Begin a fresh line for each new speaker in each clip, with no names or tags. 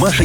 Маша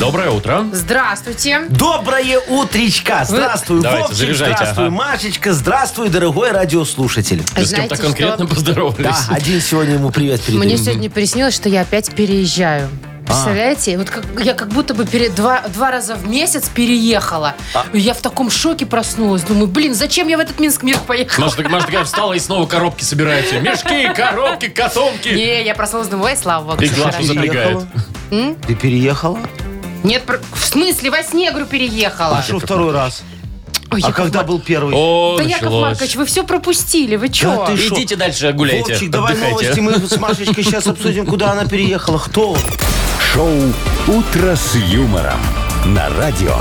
Доброе утро.
Здравствуйте.
Доброе утречка! Здравствуй,
Давайте,
Вовчик,
заряжайте,
здравствуй,
ага.
Машечка, здравствуй, дорогой радиослушатель.
Вы с кем-то
Знаете,
конкретно
что?
поздоровались?
Да, один сегодня ему привет передаем.
Мне сегодня приснилось, что я опять переезжаю.
А.
Представляете? Вот как, я как будто бы пере- два, два раза в месяц переехала.
А.
Я в таком шоке проснулась. Думаю, блин, зачем я в этот Минск мир поехала?
Маша, так- Маша такая встала и снова коробки собирает. все. Мешки, коробки, котомки.
Не, я проснулась, думаю, ой, слава богу,
И
всё
глазку
хорошо.
запрягает.
Ты переехала?
Нет, про- в смысле, во сне, говорю, переехала.
А что второй раз?
Ой,
А
Яков
когда
Марк-
был первый?
О,
Да, Яков
началось.
Маркович, вы все пропустили, вы
Да
чё?
ты шо?
Идите дальше гуляйте,
Вовчик, давай
отдыхайте.
новости. Мы с Машечкой сейчас обсудим, куда она переехала. Кто он?
Шоу «Утро с юмором» на радио.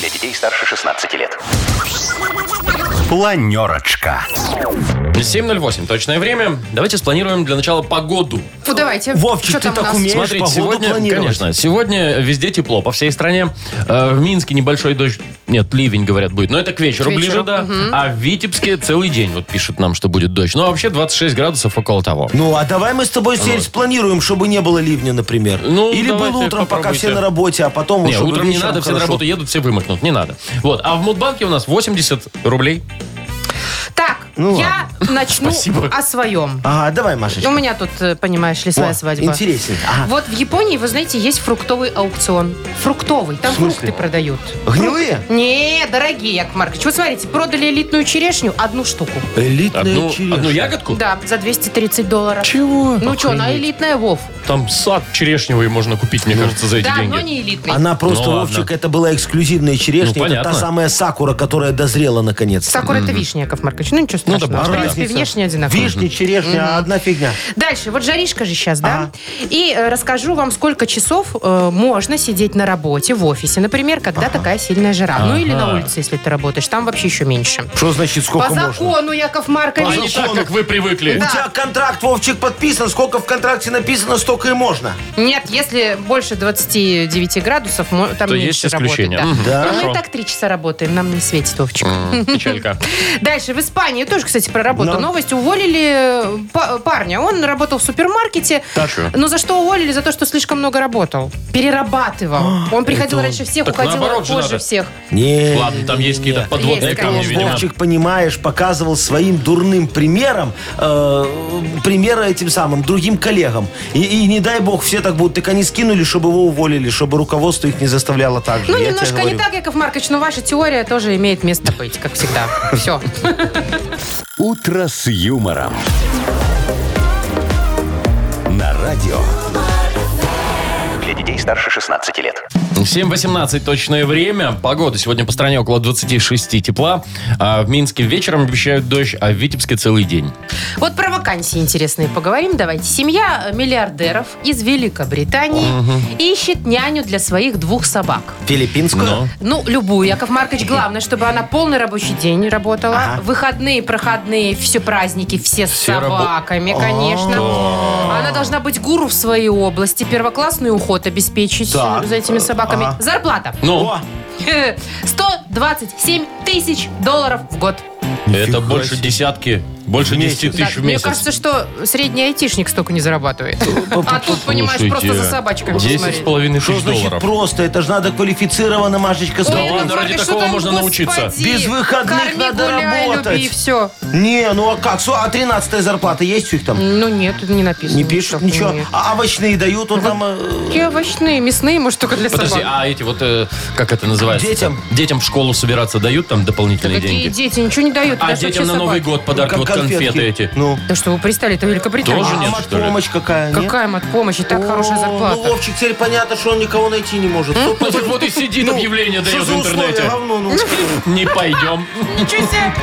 Для детей старше 16 лет. Планерочка.
7.08, точное время. Давайте спланируем для начала погоду.
Ну, давайте.
Вовчик,
Чё
ты
там у
так
нас?
умеешь
Смотрите,
погоду
сегодня,
планировать.
конечно, сегодня везде тепло по всей стране. Э, В Минске небольшой дождь, нет, ливень, говорят, будет. Но это к вечеру,
К
ближе,
вечеру,
да. А в Витебске целый день, вот пишут нам, что будет дождь. Ну, а вообще 26 градусов около того.
Ну, а давай мы с тобой сегодня спланируем, чтобы не было ливня, например.
Ну,
Или
давайте,
было утром, пока
попробуйте.
все на работе, а потом
Не,
уже
утром не надо, все на работу едут, все вымокнут, не надо. Вот, а в Мудбанке у нас 80 рублей.
Так,
Ну,
я начну
Спасибо.
о своем.
Ага, давай, Машечка.
У меня тут, э, понимаешь ли, своя
О,
свадьба.
интереснее. Ага.
Вот в Японии, вы знаете, есть фруктовый аукцион. Фруктовый. Там
В смысле?
фрукты продают.
Гнилые?
Не, дорогие, Яков Маркович. Вот смотрите, продали элитную черешню, одну штуку.
Элитная
Одну, одну
черешня.
ягодку?
Да, за 230 долларов.
Чего?
Ну что, она
Охренеть.
элитная, Вов.
Там сад черешневый можно купить,
Ну.
мне кажется, за эти
Да,
деньги.
но не элитный.
Она просто,
Ну, ладно.
Вовчик, это была эксклюзивная черешня.
Ну,
это
понятно.
та самая сакура, которая дозрела наконец.
Сакура это вишня, Яков Маркович. Ну ничего
Ну, да,
страшного. в
бывает.
принципе,
Разница.
внешне одинаковые.
Вишня, черешня, а одна фигня.
Дальше, вот жаришка же сейчас, да?
Ага.
А.
И э, расскажу вам, сколько часов э, можно сидеть на работе, в офисе, например, когда такая сильная жара. Ну или на
Ага.
улице, если ты работаешь, там вообще еще меньше.
Что значит, сколько
По
можно?
закону, Яков
А не
Маркович.
так, как вы привыкли.
У тебя контракт, Вовчик, подписан. Сколько в контракте написано, столько и можно.
Нет, если больше 29 градусов, мо- там
То
меньше
есть исключения.
работать,
Мгм.
да. Но
Да?
мы
Хорошо.
и так три часа работаем, нам не светит, Вовчик.
М, Печалька.
Дальше, в Испании тоже, кстати, про работу
Но.
новость. Уволили э, па- парня. Он работал в супермаркете. э,
Так что?
Но за что уволили? За то, что слишком много работал. Перерабатывал. Он приходил
это он.
раньше всех,
А, Так
уходил
наоборот же
позже
надо.
всех.
Не. Ну,
Ладно, там есть какие-то подводные
Есть,
камни,
конечно.
видимо.
Вовчик, понимаешь, показывал своим дурным примером э, примеры этим самым другим коллегам. И, и не дай бог, все так будут. Так они скинули, чтобы его уволили, чтобы руководство их не заставляло так же.
Ну,
Я тебе
немножко не
говорю.
так, Яков Маркович, но ваша теория тоже имеет место быть, как всегда. Все.
«Утро с юмором». На радио.
Для детей старше 16 лет.
7.18 точное время. Погода сегодня по стране около 26 тепла. А в Минске вечером обещают дождь, а в Витебске целый день.
Вот про вакансии интересные поговорим. Давайте. Семья миллиардеров из Великобритании ищет няню для своих двух собак.
Филиппинскую?
Но.
Ну, любую, Яков Маркович. Главное, чтобы она полный рабочий день работала. Выходные, проходные, все праздники, все, с
Все рабо-
собаками, конечно. Она должна быть гуру в своей области, первоклассный уход обеспечить
Так.
э, за этими собаками.
Ага.
Зарплата.
Ну,
О,
127 тысяч долларов в год.
это
нифига
больше
себе.
десятки, больше 10 тысяч
Да,
в
Мне
месяц.
кажется, что средний айтишник столько не зарабатывает. А тут, понимаешь, просто за собачками
Десять с
посмотреть.
половиной
Что
тысяч
значит
долларов.
просто? Это же надо квалифицированно, Машечка,
Ой,
смотреть.
Яков
ладно, ради
Маркович,
такого
что там,
можно научиться.
господи?
Без выходных
Корми,
надо
гуляй,
работать.
люби, и все.
Не, ну а как? Су- А 13 зарплата есть у них там?
Ну нет, тут не написано.
Не пишут ничего.
нет. Ну,
А овощные дают, он там... э,
Какие овощные, мясные, может, только для
Подожди,
собак.
а эти вот, э, как это называется?
Детям.
Детям в школу собираться дают там дополнительные
Какие
деньги?
дети, ничего не дают.
А
даже
детям
вообще
на Новый
собаки.
год подарки,
как
вот конфеты
конфетки.
эти.
Ну.
Да что вы пристали, это Великобритания.
Тоже
А,
нет,
мат-
что ли?
помощь какая, нет?
Какая матпомощь, и так хорошая
О, Ну,
зарплата.
Вовчик, теперь понятно, что он никого найти не может. Ну,
Ну так вот и сидит, объявление
что
дает
за
в
условия,
интернете.
говно, ну.
Не пойдем.
Ничего себе.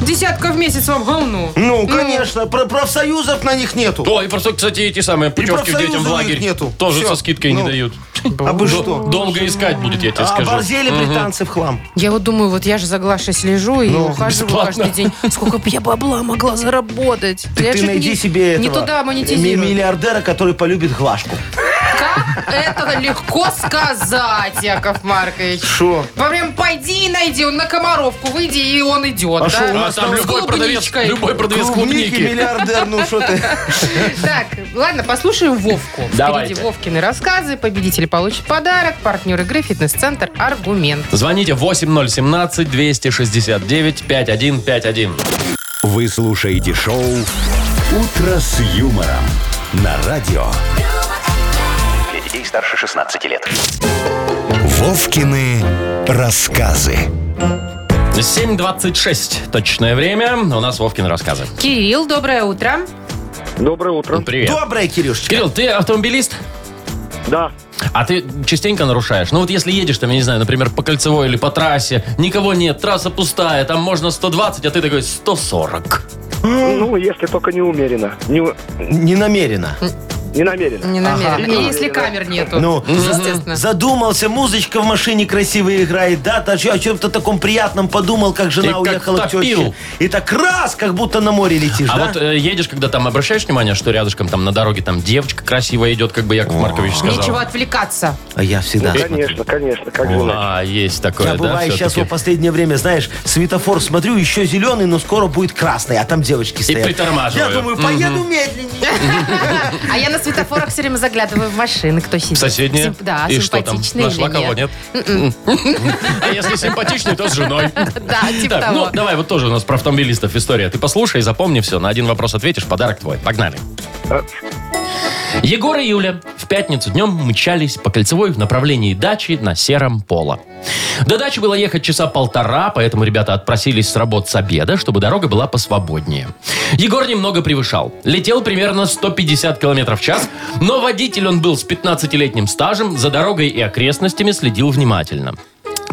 Десятка в месяц вам говну.
Ну, конечно, про профсоюзов на них нету.
О, и просто, кстати, эти самые путевки
профсоюза
детям в
у них
лагерь
нету.
тоже
Всё.
со скидкой не
Ну.
дают.
А бы
Дол-
что? А
Долго искать будет, я тебе скажу.
Оборзели британцы в хлам.
Я вот думаю, вот я же за Глашей слежу и ухаживаю
Ну, бесплатно.
каждый день. Сколько бы я бабла могла заработать? я
Ты,
чуть
найди
не,
себе
Не
этого
туда
ми-
монетизирую.
миллиардера, который полюбит глажку.
Как это легко сказать, Яков Маркович.
Шо?
Во время пойди и найди, он на комаровку выйди, и он идет.
А
да? Ну,
шо, у
А
нас
там
С
любой продавец,
клубничкой.
любой продавец Ну,
Клубники,
клубники.
миллиардер, ну что ты?
Так, ладно, послушаем Вовку.
Давайте.
Впереди Вовкины рассказы. Победитель получит подарок. Партнер игры «Фитнес-центр Аргумент».
Звоните 8017-269-5151.
Вы слушаете шоу «Утро с юмором» на радио.
Для детей старше 16 лет.
Вовкины рассказы.
7.26 точное время. У нас Вовкин рассказы.
Кирилл, доброе утро.
Доброе утро.
Привет.
Добрая, Кирюшечка.
Кирилл, ты автомобилист?
Да,
А ты частенько нарушаешь? Ну вот если едешь там, я не знаю, например, по кольцевой или по трассе, никого нет, трасса пустая, там можно 120, а ты такой 140.
ну, если только не умеренно. Не, у-
Не намеренно.
Ну,
не намеренно.
Не намерен.
Ага.
И Если камер нету.
Ну,
естественно.
Задумался, музычка в машине красивая играет, да, то о чем-то таком приятном подумал, как
И
жена
как
уехала к
топил.
теще. И так раз, как будто на море летишь,
А
да?
вот э, едешь, когда там обращаешь внимание, что рядышком там на дороге там девочка красивая идет, как бы Яков Маркович сказал.
Нечего отвлекаться.
А я всегда.
Конечно, конечно, как же иначе.
А, есть такое,
Я
да,
бываю сейчас
все-таки.
в последнее время, знаешь, светофор смотрю, еще зеленый, но скоро будет красный, а там девочки стоят.
притормаживаю.
Я думаю,
Мгм.
поеду медленнее.
А я на светофорах все время заглядываю в машины, кто сидит.
В соседние?
Симп- Да,
И что там,
симпатичные
нашла
или нет. М-м.
кого, нет? А если симпатичный, то с женой.
Да, типа
Так, ну
того.
давай, вот тоже у нас про автомобилистов история. Ты послушай, запомни все. На один вопрос ответишь, подарок твой. Погнали.
А.
Егор и Юля в пятницу днем мчались по кольцевой в направлении дачи на сером поло. До дачи было ехать часа полтора, поэтому ребята отпросились с работ с обеда, чтобы дорога была посвободнее. Егор немного превышал. Летел примерно 150 км в час, но водитель он был с 15-летним стажем, за дорогой и окрестностями следил внимательно.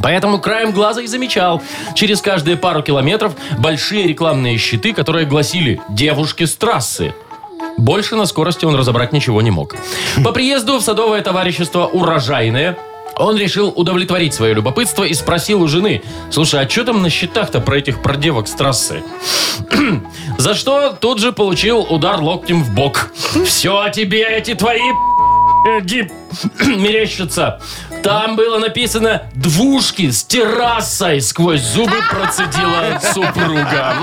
Поэтому краем глаза и замечал через каждые пару километров большие рекламные щиты, которые гласили «Девушки с трассы». Больше на скорости он разобрать ничего не мог. По приезду в садовое товарищество «Урожайное» он решил удовлетворить свое любопытство и спросил у жены, «Слушай, а что там на счетах-то про этих продевок с трассы?» За что тут же получил удар локтем в бок. «Все тебе эти твои Эдип мерещится. Там было написано «двушки с террасой» сквозь зубы процедила супруга.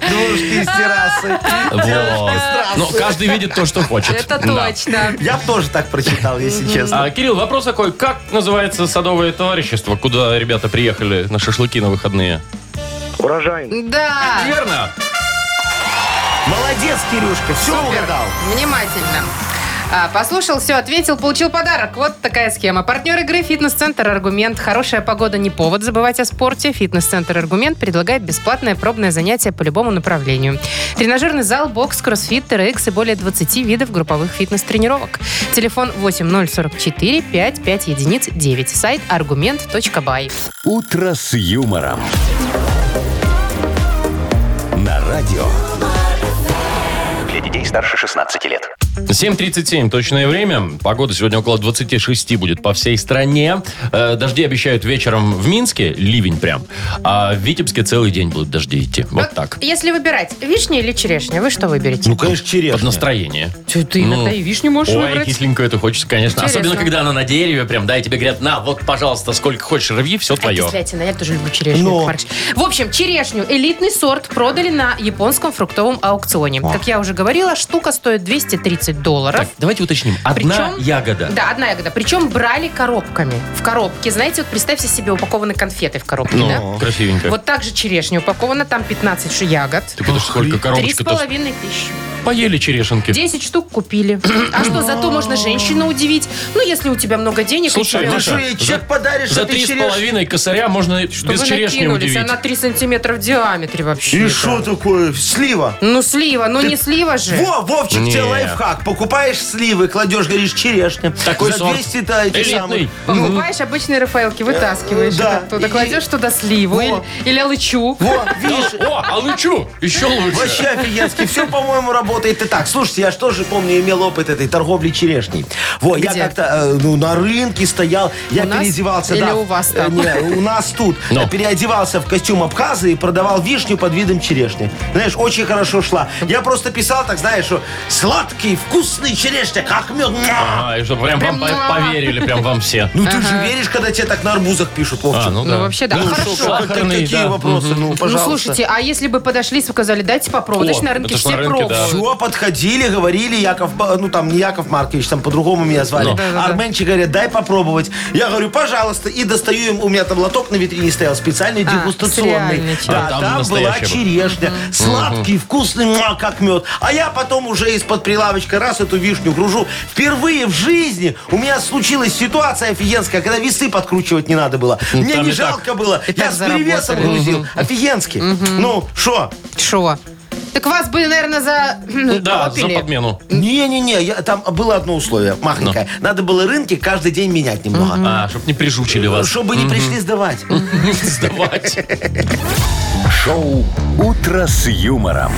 Дружки из террасы.
Вот. Но каждый видит то, что хочет.
Это
Да.
точно.
Я бы тоже так прочитал, если честно.
А, Кирилл, вопрос такой. Как называется садовое товарищество, куда ребята приехали на шашлыки на выходные?
Урожайный.
Да,
Верно.
Молодец, Кирюшка, все угадал.
внимательно. А, Послушал, все, ответил, получил подарок. Вот такая схема. Партнер игры «Фитнес-центр Аргумент». Хорошая погода не повод забывать о спорте. «Фитнес-центр Аргумент» предлагает бесплатное пробное занятие по любому направлению. Тренажерный зал, бокс, кроссфит, TRX и более 20 видов групповых фитнес-тренировок. Телефон 8044 55 единиц 9. Сайт аргумент.бай.
«Утро с юмором». На радио.
Для детей старше 16 лет.
7.37 точное время. Погода сегодня около 26 будет по всей стране. Э, Дожди обещают вечером в Минске, ливень прям. А в Витебске целый день будут дожди идти. Вот так.
Если выбирать, вишня или черешня, вы что выберете?
Ну, конечно,
Под
черешня.
настроение.
Тю, ты
Ну.
иногда и вишню можешь
Ой,
выбрать.
кисленькую это хочется, конечно.
Интересно.
Особенно, когда она на дереве прям, да, и тебе говорят, на, вот, пожалуйста, сколько хочешь рви, все
А
твое.
кислятина, я тоже люблю черешню.
Ну.
Но.
Яков Маркович. В общем, черешню, элитный сорт, продали на японском фруктовом аукционе. Как я уже говорила, штука стоит 230 долларов.
Так, давайте уточним. Одна
Причем-
ягода.
Да, одна ягода. Причем брали коробками. В коробке, знаете, вот представьте себе упакованы конфеты в коробке,
Ну,
да?
красивенько.
Вот так же черешня упакована, там 15 ш- ягод.
Так это ж сколько
Три с
коробочка-то?
половиной тысячи.
Поели черешенки.
10 штук купили. А что, зато можно женщину удивить. Ну, если у тебя много денег,
Слушай,
и тебя-
Ты
Маша,
Ну что, ей
за-
чек подаришь,
За
а ты
три с
черешню?
половиной косаря можно
Что
без
вы
черешни
накинулись? а
удивить.
Она 3 сантиметра в диаметре вообще.
И что такое? Слива.
Ну, слива, ну не слива же.
Во, Вовчик,
Не.
тебе лайфхак. как? Покупаешь сливы, кладешь, говоришь, черешня.
Такой
За
сорт.
200 да, эти
Элитный.
самые.
Покупаешь обычные рафаэлки, вытаскиваешь
Э, Ну. да.
их оттуда,
И-
кладешь туда сливу
Во.
или, или Ну, алычу.
Вот, видишь,
О, а лучу! Еще лучше.
Вообще офигенски. Все, по-моему, работает и так. Слушайте, я же тоже помню, имел опыт этой торговли черешней. Вот, я
Где?
как-то э, ну, на рынке стоял, я
У нас
переодевался.
или
да,
у вас там?
Э, не, у нас тут.
Ну.
Я Переодевался в костюм Абхаза и продавал вишню под видом черешни. Знаешь, очень хорошо шла. Я просто писал так, знаешь, что сладкий, вкусный черешня, как мед. Муа!
А, и чтобы прям вам по- поверили, прям вам все.
Ну ты же веришь, когда тебе так на арбузах пишут, Вовчик?
А, ну
Ну,
да.
вообще, да.
Ну,
Хорошо.
что, сахарный,
какие
да.
вопросы? Ну,
Ну,
пожалуйста.
слушайте, а если бы подошли и сказали, дайте попробовать,
О,
значит, на рынке
это ж на
все
рынке, да.
пробуют.
Все, подходили, говорили, Яков, Ба- ну там не Яков Маркович, там по-другому меня звали.
Да-да-да.
Арменчик говорят, дай попробовать. Я говорю, пожалуйста, и достаю им, у меня там лоток на витрине стоял, специальный
А, с
дегустационный.
реальной
Да,
А, там
там, была
настоящая была.
черешня, сладкий, вкусный, муа, как мед. А я потом уже из-под прилавочка раз эту вишню гружу. Впервые в жизни у меня случилась ситуация офигенская, когда весы подкручивать не надо было. Мне
там
не
и так.
жалко было.
И
Я
так
с перевесом
заработали.
грузил. Офигенски. Ну, что?
Шо? Так вас бы, наверное, за...
Ну Да, за
лопили.
подмену.
Не-не-не, я- там было одно условие, махонькое.
Ну.
Надо было рынки каждый день менять немного.
А, чтобы не прижучили вас.
Чтобы не пришли сдавать.
Сдавать.
Шоу «Утро с юмором».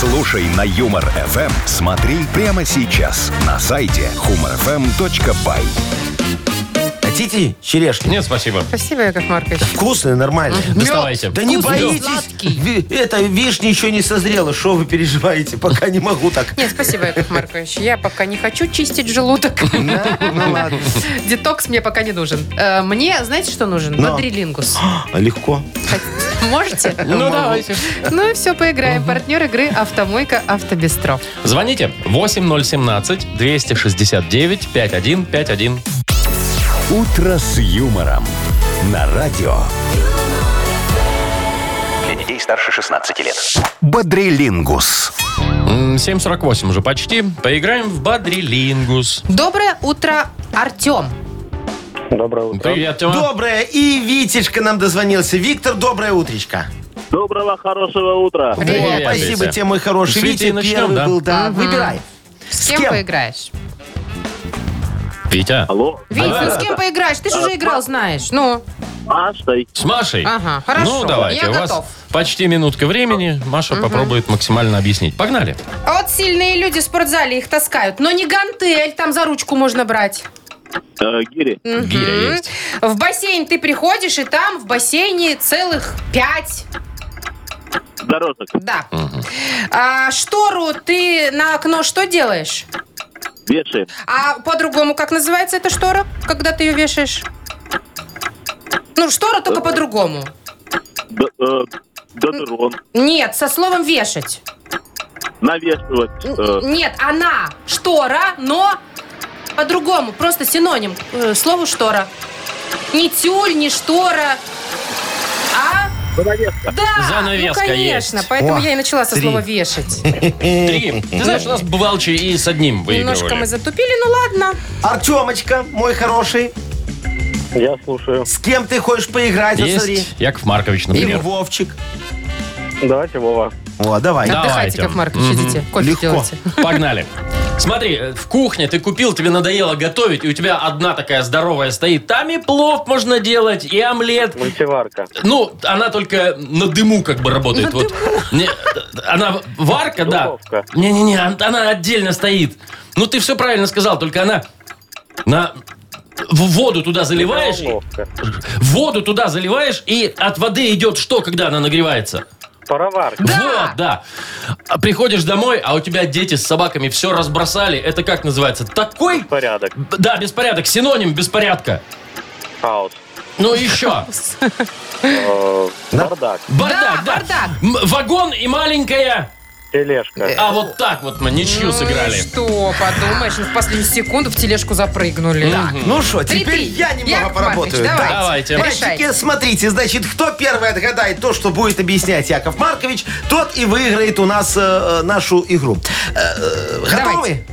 Слушай на Юмор ФМ. Смотри прямо сейчас на сайте humorfm.by.
Хотите черешни?
Нет, спасибо.
Спасибо, Яков Маркович.
Вкусные, нормально.
Доставайте.
Да не
Вкусный,
боитесь.
сладкий.
Ви- Это вишня еще не созрела. Что вы переживаете? Пока не могу так.
Нет, спасибо, Яков Маркович. Я пока не хочу чистить желудок.
Да? Ну ладно.
Детокс мне пока не нужен. Э, Мне, знаете, что нужен?
Но.
Бодрилингус.
А, Легко.
Хот- Можете?
Ну, давайте.
Ну и все, поиграем. Партнер игры «Автомойка Автобестро».
Звоните 8017-269-5151.
«Утро с юмором» на радио.
Для детей старше 16 лет.
Бодрилингус.
М, 7.48 уже почти. Поиграем в Бадрилингус.
Доброе утро, Артем.
Доброе утро.
Привет, Тёма.
Доброе. И Витечка нам дозвонился. Виктор, доброе утречко.
Доброго, хорошего утра.
Во,
Привет,
Спасибо
Витя.
тебе, мой
С
хороший.
Вити
Витя
начнем,
первый
да?
был, да. Выбирай.
С
С
кем
кем?
поиграешь?
Витя.
Алло,
Вить, ну с кем поиграешь? Ты же уже играл, знаешь. Ну,
Машей.
С Машей?
Ага, хорошо.
Ну, давайте.
Я
у вас
готов.
почти минутка времени. Маша попробует максимально объяснить. Погнали.
а вот сильные люди в спортзале их таскают. Но не гантель, там за ручку можно брать.
Э, Гири.
Гиря есть.
В бассейн ты приходишь, и там в бассейне целых пять.
Дорожек.
Да. А, штору ты на окно что делаешь?
Вешаем.
А по-другому как называется эта штора, когда ты ее вешаешь? Ну, штора только по-другому.
Д- э, Додерон.
Нет, со словом вешать.
Навешивать.
Н-
э,
Нет, она штора, но по-другому. Просто синоним э, слову штора. Не тюль, не штора, а...
занавеска.
Да,
Занавеска
ну, конечно.
есть.
Поэтому
О,
я и начала со
три.
слова вешать.
Три. Ты знаешь, у нас бывалчи и с одним
Немножко мы
выигрывали.
затупили, ну ладно.
Артемочка, мой хороший.
Я слушаю.
С кем ты хочешь поиграть? Вот смотри.
Есть Яков Маркович,
Или
например.
Вовчик.
Давайте, Вова.
О, давай.
Да.
Отдыхайте,
Давайте.
как Маркович, идите. Кофе
Легко.
делайте.
Погнали. Смотри, э, в кухне ты купил, тебе надоело готовить, и у тебя одна такая здоровая стоит. Там и плов можно делать, и омлет.
Мультиварка.
Ну, она только на дыму как бы работает. вот. Не, она варка, да.
Духовка.
Не-не-не, он- она отдельно стоит. Ну, ты все правильно сказал, только она на в воду туда заливаешь, и-
Микроволновка.
воду туда заливаешь, и от воды идет что, когда она нагревается?
Пароварка.
Да!
Вот, да. А Приходишь домой, а у тебя дети с собаками все разбросали. Это как называется? Такой...
Порядок.
б- Да, беспорядок. Синоним беспорядка.
Хаос.
Ну еще.
Э, Бардак.
Бардак,
Да,
да.
бардак.
М, Вагон и маленькая.
Тележка.
А вот так вот мы ничью сыграли.
Ну что, подумаешь, ну, в последнюю секунду в тележку запрыгнули.
Так, ну что,
Три-три.
теперь я немного
Яков
поработаю.
Маркович,
Да.
Давайте.
Давайте.
Мальчики, смотрите, значит, кто первый отгадает то, что будет объяснять Яков Маркович, тот и выиграет у нас э, э, нашу игру. Э, э, готовы?
Давайте.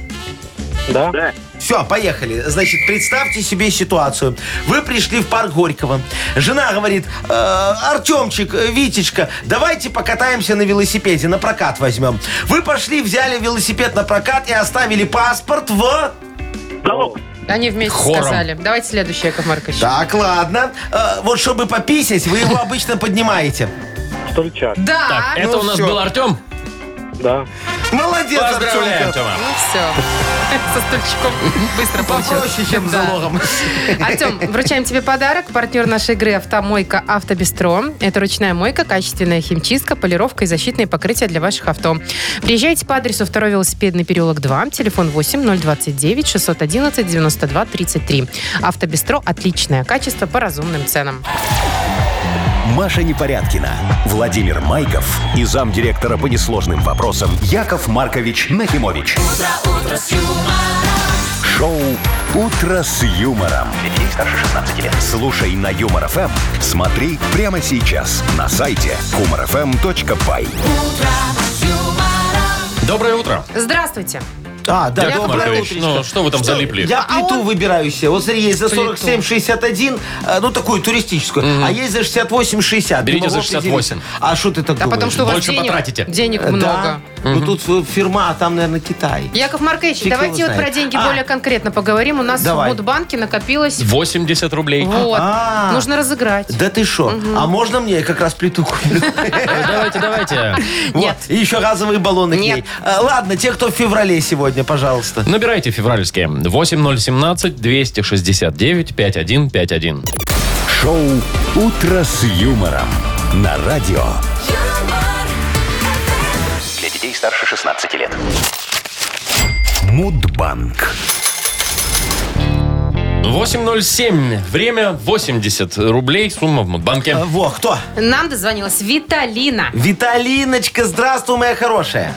Да?
Да.
Все, поехали. Значит, представьте себе ситуацию. Вы пришли в парк Горького. Жена говорит, «Э, Артемчик, э, Витечка, давайте покатаемся на велосипеде, на прокат возьмем. Вы пошли, взяли велосипед на прокат и оставили паспорт в...
Залог.
Они вместе
Хором.
сказали. Давайте следующее, Яков Маркович.
Так, ладно. Э, вот чтобы пописать, вы его обычно поднимаете.
Стульчак.
Да.
Так,
ну,
это у нас
всё.
был Артем.
Да.
Молодец,
Поздравляем,
Артемка.
Тёма.
все. Ну, Со стульчиком быстро получилось.
Попроще, чем
Да.
залогом.
Артем, вручаем тебе подарок. Партнер нашей игры «Автомойка Автобестро». Это ручная мойка, качественная химчистка, полировка и защитные покрытия для ваших авто. Приезжайте по адресу 2 велосипедный переулок 2, телефон 8 029 611 92 33. «Автобестро» – отличное качество по разумным ценам.
Маша Непорядкина, Владимир Майков и замдиректора по несложным вопросам Яков Маркович Нахимович. Шоу Утро с юмором.
Для детей старше 16 лет.
Слушай на Юмор ФМ. Смотри прямо сейчас на сайте humorfm.by.
Доброе утро.
Здравствуйте.
А, да,
Яков
доброе
Маркович,
утречко.
ну, что вы там залипли?
Я плиту выбираю себе. Вот смотри, есть за
Плиту.
47,61, э, ну, такую туристическую, а есть за 68,60.
Берите
Не
за
могу определить.
68.
А что ты так
А
думаешь?
потом что у вас
больше
денег,
потратите.
денег
Э,
много.
Да. Ну, тут э, фирма, а там, наверное, Китай.
Яков Маркович,
Фиг
давайте
его
вот про
знает.
деньги
А.
более конкретно поговорим. У нас
Давай.
в Мудбанке накопилось...
80 рублей.
Вот.
А.
Нужно разыграть.
Да ты шо? А можно мне как раз плиту куплю?
Ну, Давайте, давайте.
Вот. И еще газовые баллоны к
Нет.
ней. Э, Ладно, те, кто в феврале сегодня, пожалуйста.
Набирайте февральские. 8017-269-5151.
Шоу Утро с юмором на радио.
Для детей старше 16 лет.
Мудбанк.
8.07. Время 80 рублей. Сумма в Мудбанке.
Э, Во, кто?
Нам дозвонилась Виталина.
Виталиночка, здравствуй, моя хорошая.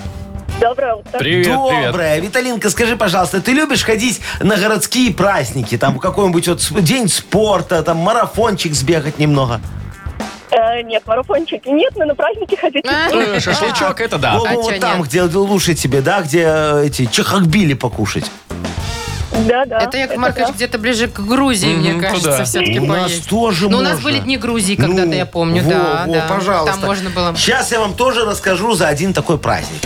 Доброе утро.
Привет, привет.
Добрая. Виталинка, скажи, пожалуйста, ты любишь ходить на городские праздники? Там какой-нибудь вот сп- день спорта, там марафончик сбегать немного.
Э, нет, марафончики нет, но на праздники ходить.
Э, Шашлычок, это да.
Во-во,
а
вот
чё
там,
нет?
где лучше тебе, да, где э, эти чехакбили покушать.
Да, да.
Это Яков Маркович
да.
где-то ближе к Грузии,
Мгм,
мне кажется,
туда.
все-таки
У нас
поесть.
тоже
Ну, у нас
можно.
были дни Грузии когда-то,
Ну,
я помню,
во,
да,
во,
да.
пожалуйста.
Там можно было.
Сейчас я вам тоже расскажу за один такой праздник.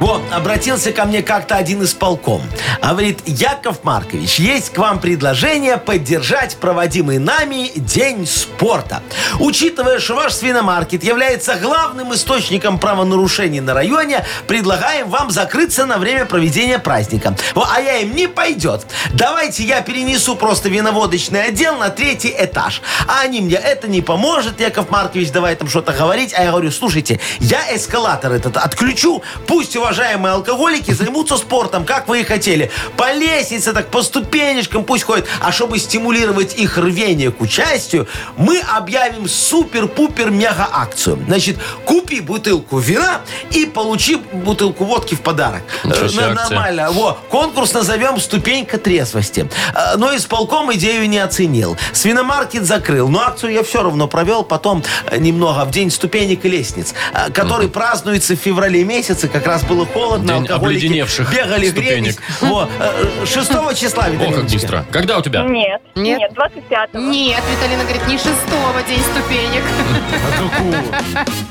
Вот, обратился ко мне как-то один из полком. А Говорит, Яков Маркович, есть к вам предложение поддержать проводимый нами День спорта. Учитывая, что ваш свиномаркет является главным источником правонарушений на районе, предлагаем вам закрыться на время проведения праздника. Во, А я им не пойдет. Давайте я перенесу просто виноводочный отдел на третий этаж. А они мне, это не поможет, Яков Маркович, давай там что-то говорить. А я говорю, слушайте, я эскалатор этот отключу, пусть уважаемые алкоголики займутся спортом, как вы и хотели. По лестнице, так по ступенечкам пусть ходят. А чтобы стимулировать их рвение к участию, мы объявим супер-пупер-мега-акцию. Значит, купи бутылку вина и получи бутылку водки в подарок.
Ничего себе
Э,
акция.
нормально. Правильно. Во, конкурс назовем «Ступенька трезвости». Э, Но исполком идею не оценил. Свиномаркет закрыл, но акцию я все равно провел потом э, немного, в день ступенек и лестниц, э, который празднуется в феврале месяце, как раз было холодно,
День
алкоголики
обледеневших
бегали, грелись.
ступенек.
Во, э, 6 числа,
О, как
Виталиночка.
быстро. Когда у тебя?
Нет,
Нет?
нет, 25-го.
Нет, Виталина говорит, не шестого день ступенек,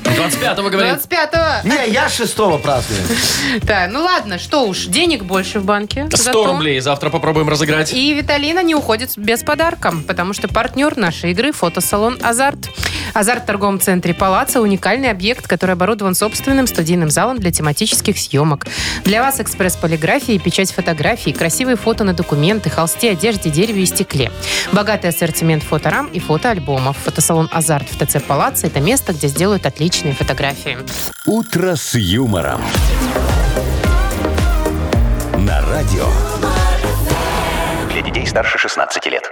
25-го, говорит.
25-го.
Не, я 6 праздную.
Да, ну ладно, что уж, денег больше в банке.
100
зато.
рублей. Завтра попробуем разыграть.
И Виталина не уходит без подарка, потому что партнер нашей игры – фотосалон «Азарт». «Азарт» в торговом центре «Палаца» – уникальный объект, который оборудован собственным студийным залом для тематических съемок. Для вас экспресс полиграфии, печать фотографий, красивые фото на документы, холсте, одежде, дереве и стекле. Богатый ассортимент фоторам и фотоальбомов. Фотосалон «Азарт» в ТЦ «Палаца» – это место, где сделают отличные фотографии.
Утро с юмором. На радио.
Для детей старше 16 лет.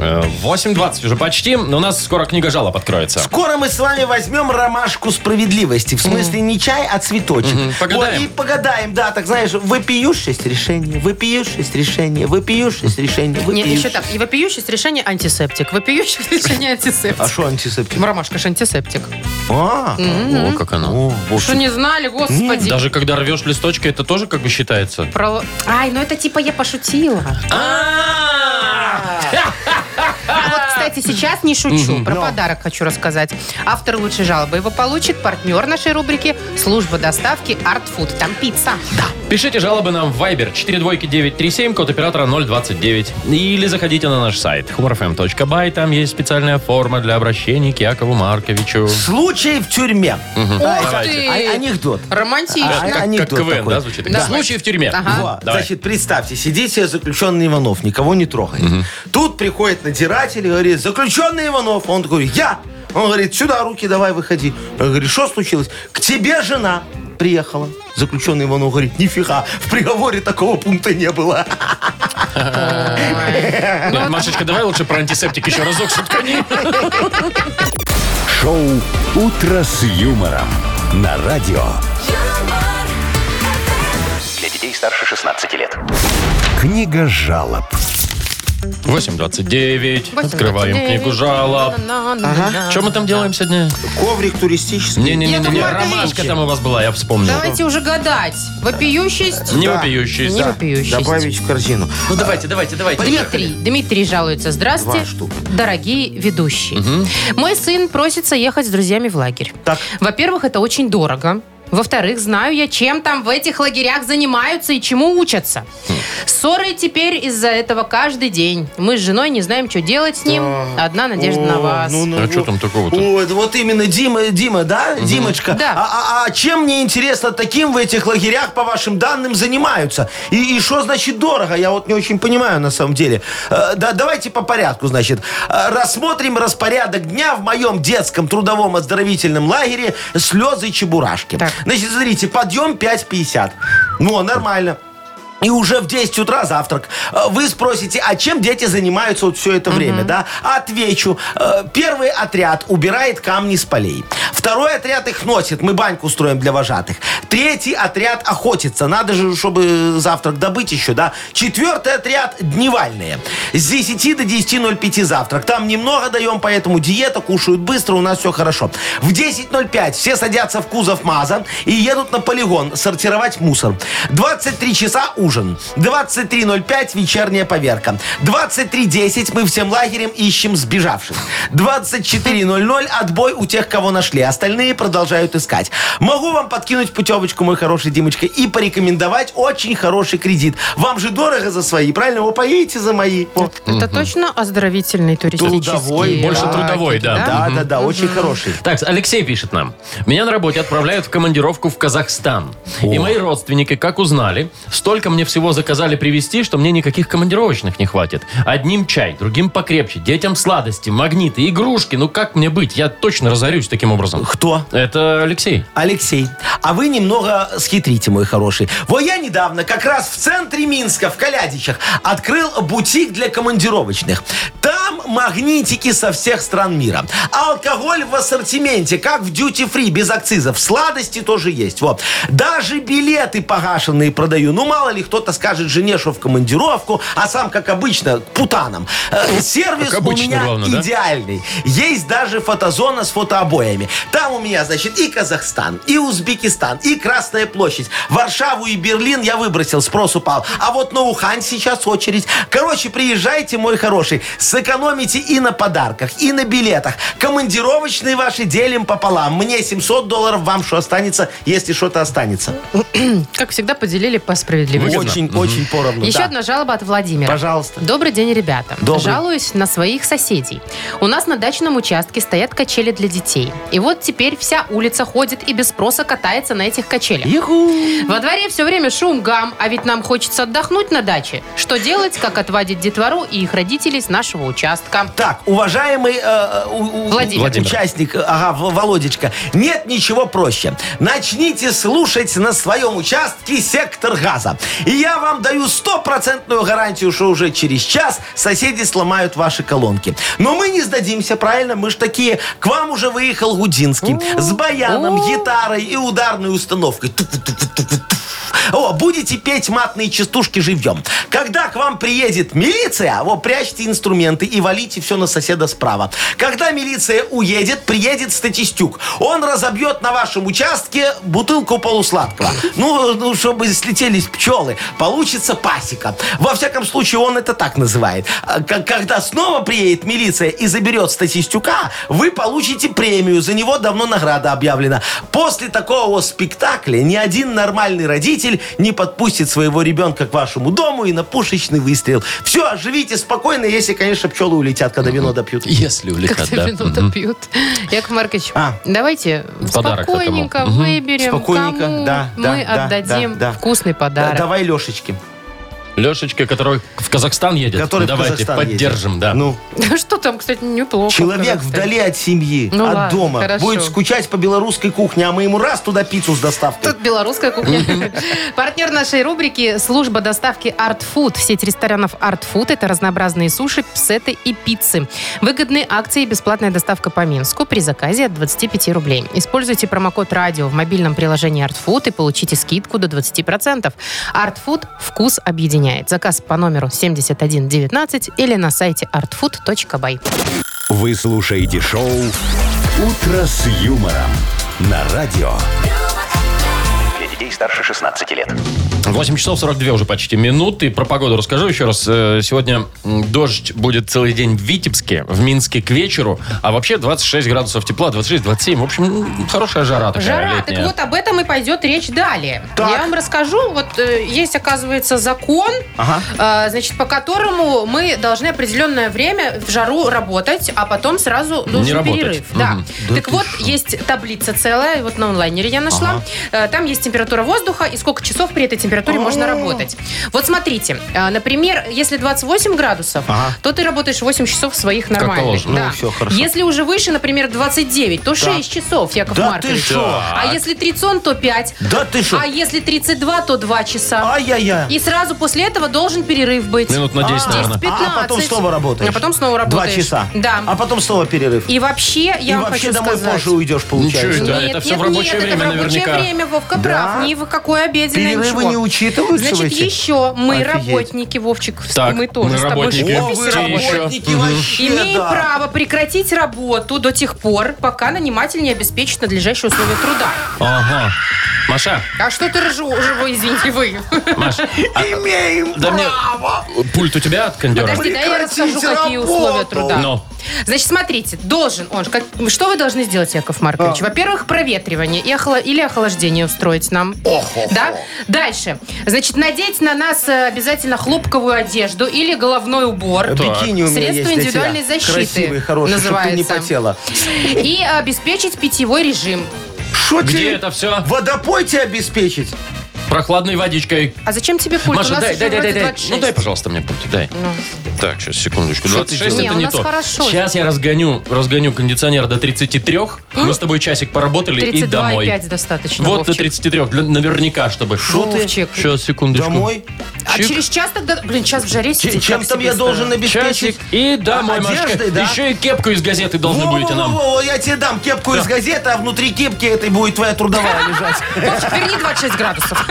Э, 8.20 уже почти. но У нас скоро книга жалоб откроется.
Скоро мы с вами возьмем ромашку справедливости. В смысле не чай, а цветочек.
Мгм. Погадаем.
Вот, и погадаем, да, так знаешь, выпью шесть решений, выпью шесть решений, выпью шесть решений,
Нет,
выпью
еще так. И вопиющесть решение антисептик. Вопиющесть решение
А
антисептик.
что антисептик?
Ромашка ж антисептик.
А,
О, как оно.
о, вот.
Что не знали, господи.
Даже когда рвешь листочки, это тоже как бы считается?
Про- Ай, ну это типа я пошутила. А вот, кстати, сейчас не шучу. Про подарок хочу рассказать. Автор лучшей жалобы его получит партнер нашей рубрики «Служба доставки Art Food». Там пицца.
Пишите жалобы нам в Viber 42937, код оператора 029. Или заходите на наш сайт humorfm.by. Там есть специальная форма для обращения к Якову Марковичу.
Случай в тюрьме.
Ух
Давайте.
ты!
А- анекдот.
Романтично.
А,
Как, как
анекдот
КВН,
такой.
да, звучит?
Да.
Случай в тюрьме.
Ага.
Во,
А? Давай.
Значит, представьте, сидит себе заключенный Иванов, никого не трогает. Тут приходит надиратель и говорит, заключенный Иванов. Он такой, я. Он говорит, сюда руки давай, выходи. Я говорю, что случилось? К тебе жена приехала. Заключенный Иванов говорит, нифига, в приговоре такого пункта не было.
А, э,
Нет, Машечка, давай лучше про антисептик еще разок шуткани.
Шоу «Утро с юмором» на радио.
юмор,
Для детей старше 16 лет.
Книга жалоб.
8.29. Открываем
8:29.
книгу жалоб.
На-на-на-на-на.
Что мы там делаем сегодня?
Коврик туристический.
Не-не-не,
Яков Маркович.
ромашка там у вас была, я вспомнил.
Давайте уже гадать. Вопиющесть?
Не вопиющий.
Не вопиющесть.
Добавить в корзину.
Ну давайте, давайте, давайте.
Дмитрий. Дмитрий жалуется. Здравствуйте,
Два штуки.
дорогие ведущие. Мой сын просится ехать с друзьями в лагерь.
Так.
Во-первых, это очень дорого. Во-вторых, знаю я, чем там в этих лагерях занимаются и чему учатся. Ссоры теперь из-за этого каждый день. Мы с женой не знаем, что делать с ним. Одна надежда на
О,
вас.
ну, ну,
А
ну.
что там такого-то?
Ой, да вот именно Дима, Дима, да, Димочка?
Да.
А, а- а чем мне интересно таким в этих лагерях, по вашим данным, занимаются? И и что значит дорого? Я вот не очень понимаю на самом деле. Э, Да, давайте по порядку, значит. Э, Рассмотрим распорядок дня в моем детском трудовом оздоровительном лагере «Слезы чебурашки».
Так.
Значит, смотрите, подъем 5.50. Ну, нормально. И уже в 10 утра завтрак. Э, Вы спросите, а чем дети занимаются вот все это время, да? Отвечу. Э, Первый отряд убирает камни с полей. Второй отряд их носит. Мы баньку строим для вожатых. Третий отряд охотится. Надо же, чтобы завтрак добыть еще, да? Четвертый отряд дневальные. С 10 до 10.05 завтрак. Там немного даем, поэтому диета, кушают быстро, у нас все хорошо. В 10.05 все садятся в кузов МАЗа и едут на полигон сортировать мусор. 23 часа ужин. 23.05 вечерняя поверка. 23.10 мы всем лагерем ищем сбежавших. 24.00 отбой у тех, кого нашли. Остальные продолжают искать. Могу вам подкинуть путевочку, мой хороший Димочка, и порекомендовать очень хороший кредит. Вам же дорого за свои, правильно? Вы поедете за мои. Во.
Это точно оздоровительный туристический
Трудовой,
Больше
лагерь,
трудовой, да.
Да, да, да, очень хороший.
Так, Алексей пишет нам. Меня на работе отправляют в командировку в Казахстан. И мои родственники, как узнали, столько мне всего заказали привезти, что мне никаких командировочных не хватит. Одним чай, другим покрепче, детям сладости, магниты, игрушки. Ну как мне быть? Я точно разорюсь таким образом.
Кто?
Это Алексей.
Алексей, а вы немного схитрите, мой хороший. Во я недавно как раз в центре Минска, в Калядичах, открыл бутик для командировочных. Там магнитики со всех стран мира. Алкоголь в ассортименте, как в дьюти-фри, без акцизов. Сладости тоже есть. Вот. Даже билеты погашенные продаю. Ну, мало ли, кто-то скажет жене, что в командировку, а сам, как обычно, к путанам. Э, Сервис
Как обычно,
у меня
главное, да?
идеальный. Есть даже фотозона с фотообоями. Там у меня, значит, и Казахстан, и Узбекистан, и Красная площадь. Варшаву и Берлин я выбросил, спрос упал. А вот на Ухань сейчас очередь. Короче, приезжайте, мой хороший. Сэкономите и на подарках, и на билетах. Командировочные ваши делим пополам. Мне 700 долларов, вам что останется, если что-то останется.
Как всегда, поделили по справедливости.
Очень, очень поровну.
Еще
да.
одна жалоба от Владимира.
Пожалуйста.
Добрый день, ребята.
Добрый.
Жалуюсь на своих соседей. У нас на дачном участке стоят качели для детей. И вот теперь вся улица ходит и без спроса катает катается на этих качелях. Во дворе все время шум, гам, а ведь нам хочется отдохнуть на даче. Что делать, как отводить детвору и их родителей с нашего участка?
Так, уважаемый э, у- у-
Владимир.
Владимир.
участник, э, ага, В- Володечка, нет ничего проще. Начните слушать на своем участке сектор газа. И я вам даю стопроцентную гарантию, что уже через час соседи сломают ваши колонки. Но мы не сдадимся, правильно? Мы ж такие. К вам уже выехал Гудинский с баяном, гитарой и ударной установкой. Туф-туф-туф-туф. О, будете петь матные частушки живьем. Когда к вам приедет милиция, вот прячьте инструменты и валите все на соседа справа. Когда милиция уедет, приедет статистюк. Он разобьет на вашем участке бутылку полусладкого. Ну, ну, чтобы слетелись пчелы. Получится пасека. Во всяком случае, он это так называет. А к- Когда снова приедет милиция и заберет статистюка, вы получите премию. За него давно награда объявлена. После такого спектакля ни один нормальный родитель не подпустит своего ребенка к вашему дому и на пушечный выстрел. Все, живите спокойно, если, конечно, пчелы улетят, когда вино допьют.
Если улетят,
Как-то
да.
вино допьют. Яков Маркович,
А.
давайте
подарок такому.
спокойненько
Мгм.
выберем,
Спокойненько,
кому
да, да,
мы
да,
отдадим
да, да.
вкусный
Да,
подарок.
Давай Лешечке,
Лешечка, который в Казахстан едет.
который в
Давайте
Казахстан едет.
поддержим, да.
Ну,
Что там, кстати, неплохо.
человек
Казахстане.
вдали от семьи,
Ну
от
ладно,
дома,
хорошо.
будет скучать по белорусской кухне, а мы ему раз туда пиццу с доставкой.
Тут белорусская кухня. Партнер нашей рубрики – служба доставки Art Food. Сеть ресторанов Art Food – это разнообразные суши, сеты и пиццы. Выгодные акции и бесплатная доставка по Минску при заказе от 25 рублей. Используйте промокод «Радио» в мобильном приложении Art Food и получите скидку до 20%. Art Food – вкус объединяет. Заказ по номеру 7119 или на сайте artfood.by.
Вы слушаете шоу «Утро с юмором» на радио.
Для детей старше 16 лет.
8 часов 42 уже почти минуты. Про погоду расскажу еще раз. Э, Сегодня м, дождь будет целый день в Витебске, в Минске к вечеру. А вообще 26 градусов тепла, 26-27. В общем, м, хорошая жара такая
Жара,
летняя.
так вот об этом и пойдет речь далее.
Так.
Я вам расскажу, вот э, есть, оказывается, закон,
Ага.
э, значит, по которому мы должны определенное время в жару работать, а потом сразу нужен
Не работать.
перерыв. Да.
Мгм.
Да
так
ты
вот,
шо.
есть таблица целая, вот на онлайнере я нашла. Э, Там есть температура воздуха и сколько часов при этой температуре можно работать. Вот смотрите, э, например, если 28 градусов,
Ага.
то ты работаешь 8 часов своих нормальных.
положено.
Да.
Ну, всё, хорошо.
Если уже выше, например, 29, то 6 часов, Яков
Да ты
Маркович.
что?
А если 30, то 5.
Да ты что?
А если 32, то 2 часа.
Ай-яй-яй.
И сразу после этого должен перерыв быть.
Минут на 10,
А,
наверное.
15.
А потом снова работаешь.
А потом снова
Два
работаешь.
часа.
Да.
А потом снова перерыв.
И вообще, я
И
вам
вообще
хочу
домой
сказать...
позже уйдешь, получается.
Ничего Да, это всё в рабочее
нет,
время
это в рабочее
наверняка.
время, Вовка
Да.
прав. Ни в какое обеденное,
Перерывы
ничего.
не учитываются в
Значит,
эти?
еще мы
Офигеть.
работники, Вовчик,
Так,
мы тоже
мы
с тобой
работники.
же в
О,
офисе
вы
Те еще.
работаем.
работники
Мгм.
вообще,
Имеет
да.
право прекратить работу до тех пор, пока наниматель не обеспечит надлежащие условия труда.
Ага. Маша,
А что ты ржу, ржу, извините, вы?
Маш,
Имеем
да мне
право.
пульт у тебя от кондера?
Подожди, дай я расскажу,
Прекратите
какие
работу.
условия труда.
Но.
Значит, смотрите, должен он... ж- как- что вы должны сделать, Яков Маркович? Во-первых, проветривание и охла- или охлаждение устроить нам. да? Дальше. Значит, надеть на нас э, обязательно хлопковую одежду или головной убор.
Бикини у меня
Средства
есть для тебя.
индивидуальной защиты
Красивые, хорошие, чтобы ты не
называется.
потела.
И обеспечить питьевой режим.
Что
Где
тебе?
это все?
Водопой тебе обеспечить?
Прохладной водичкой.
А зачем тебе пульт? у
Маша,
нас
дай,
уже
дай, дай,
вроде
дай, дай.
26.
Ну дай, пожалуйста, мне пульт, дай. Так, сейчас, секундочку.
Что ты
26
делаешь?
это
Не,
не
у нас
то.
хорошо.
Сейчас я разгоню, разгоню кондиционер до 33.
А?
Мы с тобой часик поработали и домой.
32,5 достаточно,
Вот до
Вовчик.
33, для- наверняка, чтобы.
Шо ты?
Вовчик.
Сейчас, секундочку.
Домой?
А
Чик.
через час тогда... Блин, час в жаре
Ч-
сидеть,
Чем
как
там
себе
я
стыдно.
должен обеспечить?
Типа, Часик и домой,
Одеждой,
Машечка.
да?
Еще и кепку из газеты должны будете нам.
Во-во-во, я тебе дам кепку из газеты, а внутри кепки этой будет твоя трудовая лежать.
Вовчик, верни 26 градусов.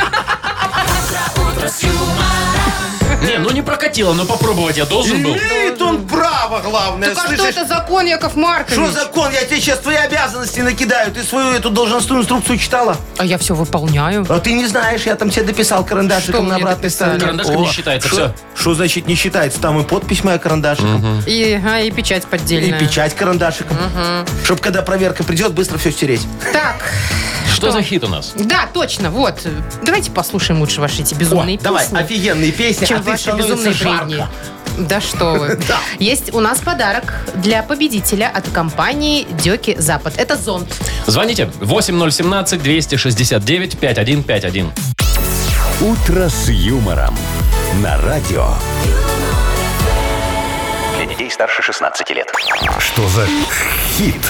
Э,
Не, ну не прокатило, но попробовать я должен Ну, был.
Имеет он право, главное,
Так а что
слышишь?
это закон, Яков Маркович?
Что закон? Я тебе сейчас твои обязанности накидаю. Ты свою эту должностную инструкцию читала?
А я все выполняю.
А ты не знаешь, я там тебе дописал
Что
карандашиком на
мне
обратной
дописали?
стороне.
Карандашком не считается,
Что
всё.
что значит не считается? Там и подпись моя карандашиком,
И, ага, и печать
и
поддельная.
печать карандашиком. Чтоб когда проверка придет, быстро все стереть.
Так,
Что за хит у нас?
да, точно, вот. Давайте послушаем лучше ваши эти
О,
безумные
давай,
песни.
офигенные песни,
Чем
а ты
ваши
становится
безумные
жарко.
бредни. Да что вы. Есть у нас подарок для победителя от компании Деки Запад. Это зонт.
Звоните 8017-269-5151.
«Утро с юмором» на радио.
Для детей старше 16 лет.
Что за хит?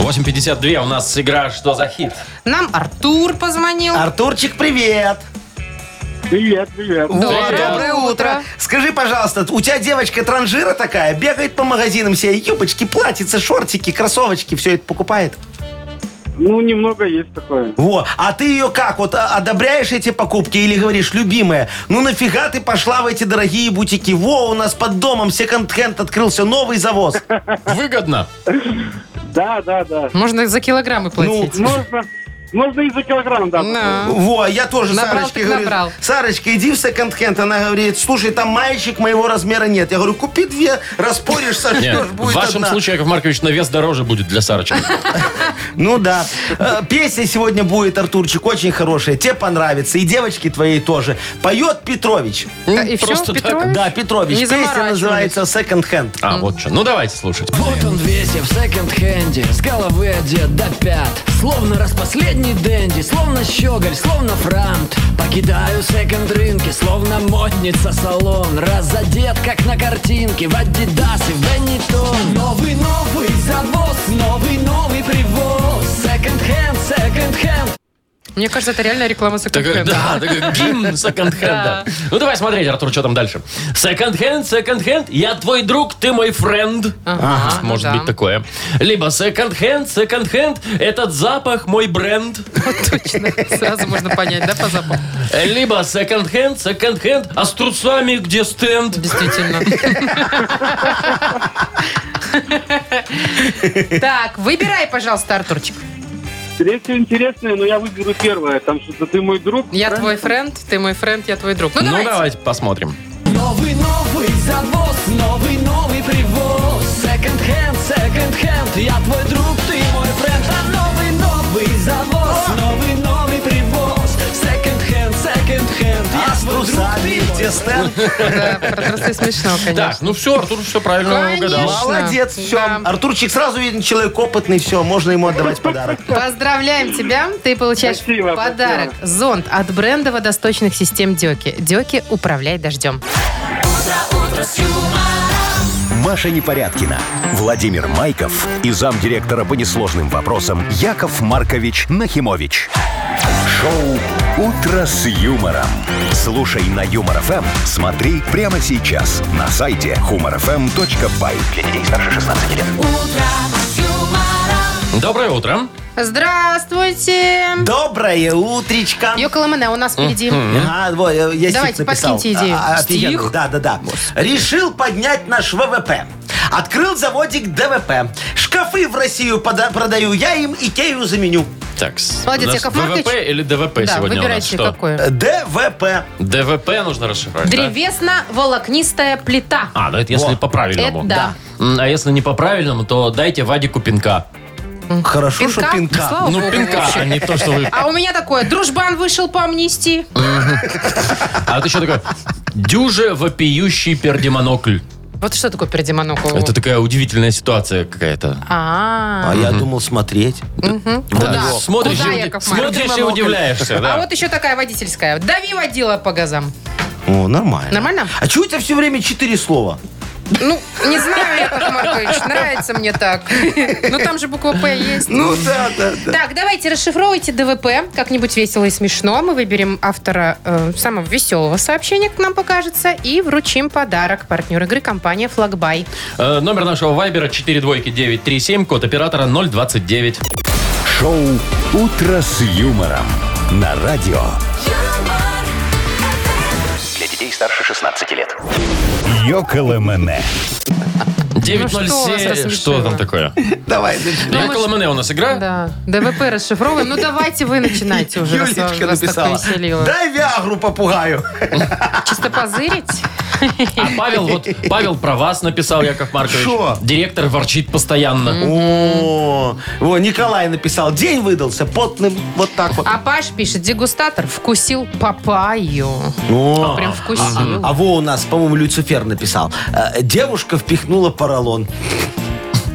8.52 у нас игра «Что за хит?».
Нам Артур позвонил.
Артурчик, привет!
Привет, привет.
Доброе,
Привет.
утро.
Скажи, пожалуйста, у тебя девочка транжира такая, бегает по магазинам себе, юбочки, платьица, шортики, кроссовочки, все это покупает?
Ну, немного есть такое.
Во, а ты ее как, вот а- одобряешь эти покупки или говоришь, любимая, ну нафига ты пошла в эти дорогие бутики? Во, у нас под домом секонд-хенд открылся новый завоз.
Выгодно.
Да, да, да. Ну,
Можно за
Ну,
килограммы платить.
Можно, можно и за килограмм, да.
Да.
Во, я тоже
Набрал
Сарочке
так
говорю,
набрал.
Сарочка, иди в секонд-хенд. Она говорит, слушай, там маечек моего размера нет. Я говорю, купи две, распоришь,
Нет,
сожжешь,
в
будет
вашем
одна.
случае, Яков Маркович, на вес дороже будет для Сарочки.
Ну да. Э, Песня сегодня будет, Артурчик, очень хорошая. Тебе понравится. И девочке твоей тоже. Поет Петрович.
Да, и всё,
Просто так,
Петрович?
Да, Петрович.
Не
Песня
заморачивались.
называется Second Hand.
А, вот что. Ну, давайте слушать.
Вот он весь я в секонд-хенде С головы одет до пят Словно распоследний денди Словно щеголь, словно франт Покидаю секонд-рынки Словно модница салон Разодет, как на картинке В адидас и в бенетон Новый-новый завоз Новый-новый привоз Секонд-хенд, секонд-хенд
Мне кажется, это реально реклама
Такой,
секонд-хенда.
да, такой гимн секонд-хенда. Ну, давай смотреть, Артур, что там дальше. Секонд-хенд, секонд-хенд, я твой друг, ты мой френд.
Ага, ну
Может
да.
быть такое. Либо секонд-хенд, секонд-хенд, этот запах мой бренд.
Точно. Сразу можно понять, да, по запаху?
Э, Либо секонд-хенд, секонд-хенд, а с трусами где стенд?
Действительно. Так, выбирай, пожалуйста, Артурчик.
Третье интересное, но я выберу первое. Там что-то ты мой друг.
Я
правильно?
твой френд, ты мой френд, я твой друг. Ну,
Ну,
давайте.
давайте посмотрим.
Новый-новый завоз Новый-новый привоз Секонд-хенд, секонд-хенд Я твой друг, ты мой френд А новый-новый завоз Новый-новый привоз Секонд-хенд, секонд-хенд Я
А с
твой друг,
трусами
ты мой
где Стэн?
Да, про трусы смешно, конечно.
Так, ну все, Артур все правильно
Конечно.
угадал.
Молодец, все.
Да.
Артурчик сразу видно, человек опытный, все, можно ему отдавать подарок.
Поздравляем тебя. Ты получаешь
Спасибо,
подарок. Зонт от бренда водосточных систем Дёки. Дёки, управляй дождем.
Маша Непорядкина, Владимир Майков и замдиректора по несложным вопросам Яков Маркович Нахимович. Шоу «Утро с юмором». Слушай на Юмор ФМ, смотри прямо сейчас на сайте humorfm.by. Для детей старше 16 лет.
Доброе утро.
Здравствуйте.
Доброе утречко.
Йокола Мене у нас впереди.
А, во, я я
Давайте,
стих написал.
подкиньте идею.
А, а, офигенный.
Стих?
Да, да, да. Решил поднять наш ВВП. Открыл заводик ДВП. Шкафы в Россию пода- продаю, я им Икею заменю.
Так, с-
Молодец,
у нас
Яков Маркович.
ВВП или ДВП
Да,
сегодня у нас?
выбирайте,
Что?
Э,
какое.
ДВП.
ДВП нужно расшифровать, да?
Древесно-волокнистая плита.
А, ну это если
Во.
по-правильному.
Это да.
М, А если не по-правильному, то дайте Вадику пинка.
Хорошо, что пинка.
Слава
ну,
богу,
пинка,
вообще.
а не то, что вы...
А у меня такое, дружбан вышел по амнистии.
А вот еще такое... Дюже вопиющий пердемонокль.
Вот что такое передемоноку?
Это такая удивительная ситуация какая-то.
А,
А я думал смотреть.
куда?
Да, Смотришь,
Куда,
и, уди-
Яков Маркович?
смотришь и удивляешься.
А
да.
вот еще такая водительская. Дави водила по газам.
О, нормально.
Нормально?
А чего у тебя все время четыре слова?
Ну, не знаю, Яков Маркович, нравится мне так. Ну, там же буква «П» есть.
Ну да, да, да.
Так, давайте расшифровывайте ДВП. Как-нибудь весело и смешно. Мы выберем автора э, самого веселого сообщения, как нам покажется, и вручим подарок. Партнер игры компания «Флагбай».
Э, Номер нашего вайбера 42937, код оператора 029.
Ну
Шоу «Утро с юмором» на радио.
Для детей старше 16 лет.
Йоколэмэне.
что вас
907.
рассмешило?
что там такое?
Давай, начинай.
Якола Мене у нас игра.
Да, ДВП расшифровываем. Ну, давайте вы начинайте уже, раз вас
Юлечка
вас так
написала.
повеселило.
Дай Виагру попугаю.
Чисто позырить?
А Павел, вот, Павел про вас написал, Яков Маркович.
Шо?
Директор ворчит постоянно.
О, во, Николай написал, день выдался потным, вот так вот.
А Паш пишет, дегустатор вкусил папайю.
О.
Прям вкусил.
А во у нас, по-моему, Люцифер написал. Э, Девушка впихнула поролон.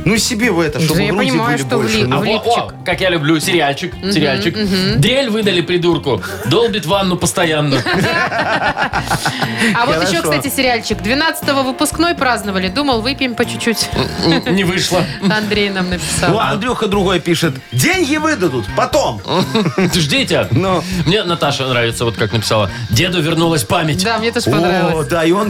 Ну себе вы это,
Да
чтобы
я
груди
понимаю,
были
что
больше.
вли-
Ну,
А во-
Влипчик.
о, как я люблю, сериальчик, сериальчик. Дрель выдали придурку. Долбит ванну постоянно.
А вот еще,
Хорошо.
кстати, сериальчик. 12-го выпускной праздновали. Думал, выпьем по чуть-чуть.
Н- Не вышло.
Андрей нам
Ну,
написал.
а Андрюха другой пишет. Деньги выдадут, потом.
Ждите.
Ну.
Мне Наташа нравится, вот как написала. Деду вернулась память.
Да, мне тоже
О,
понравилось.
да, и он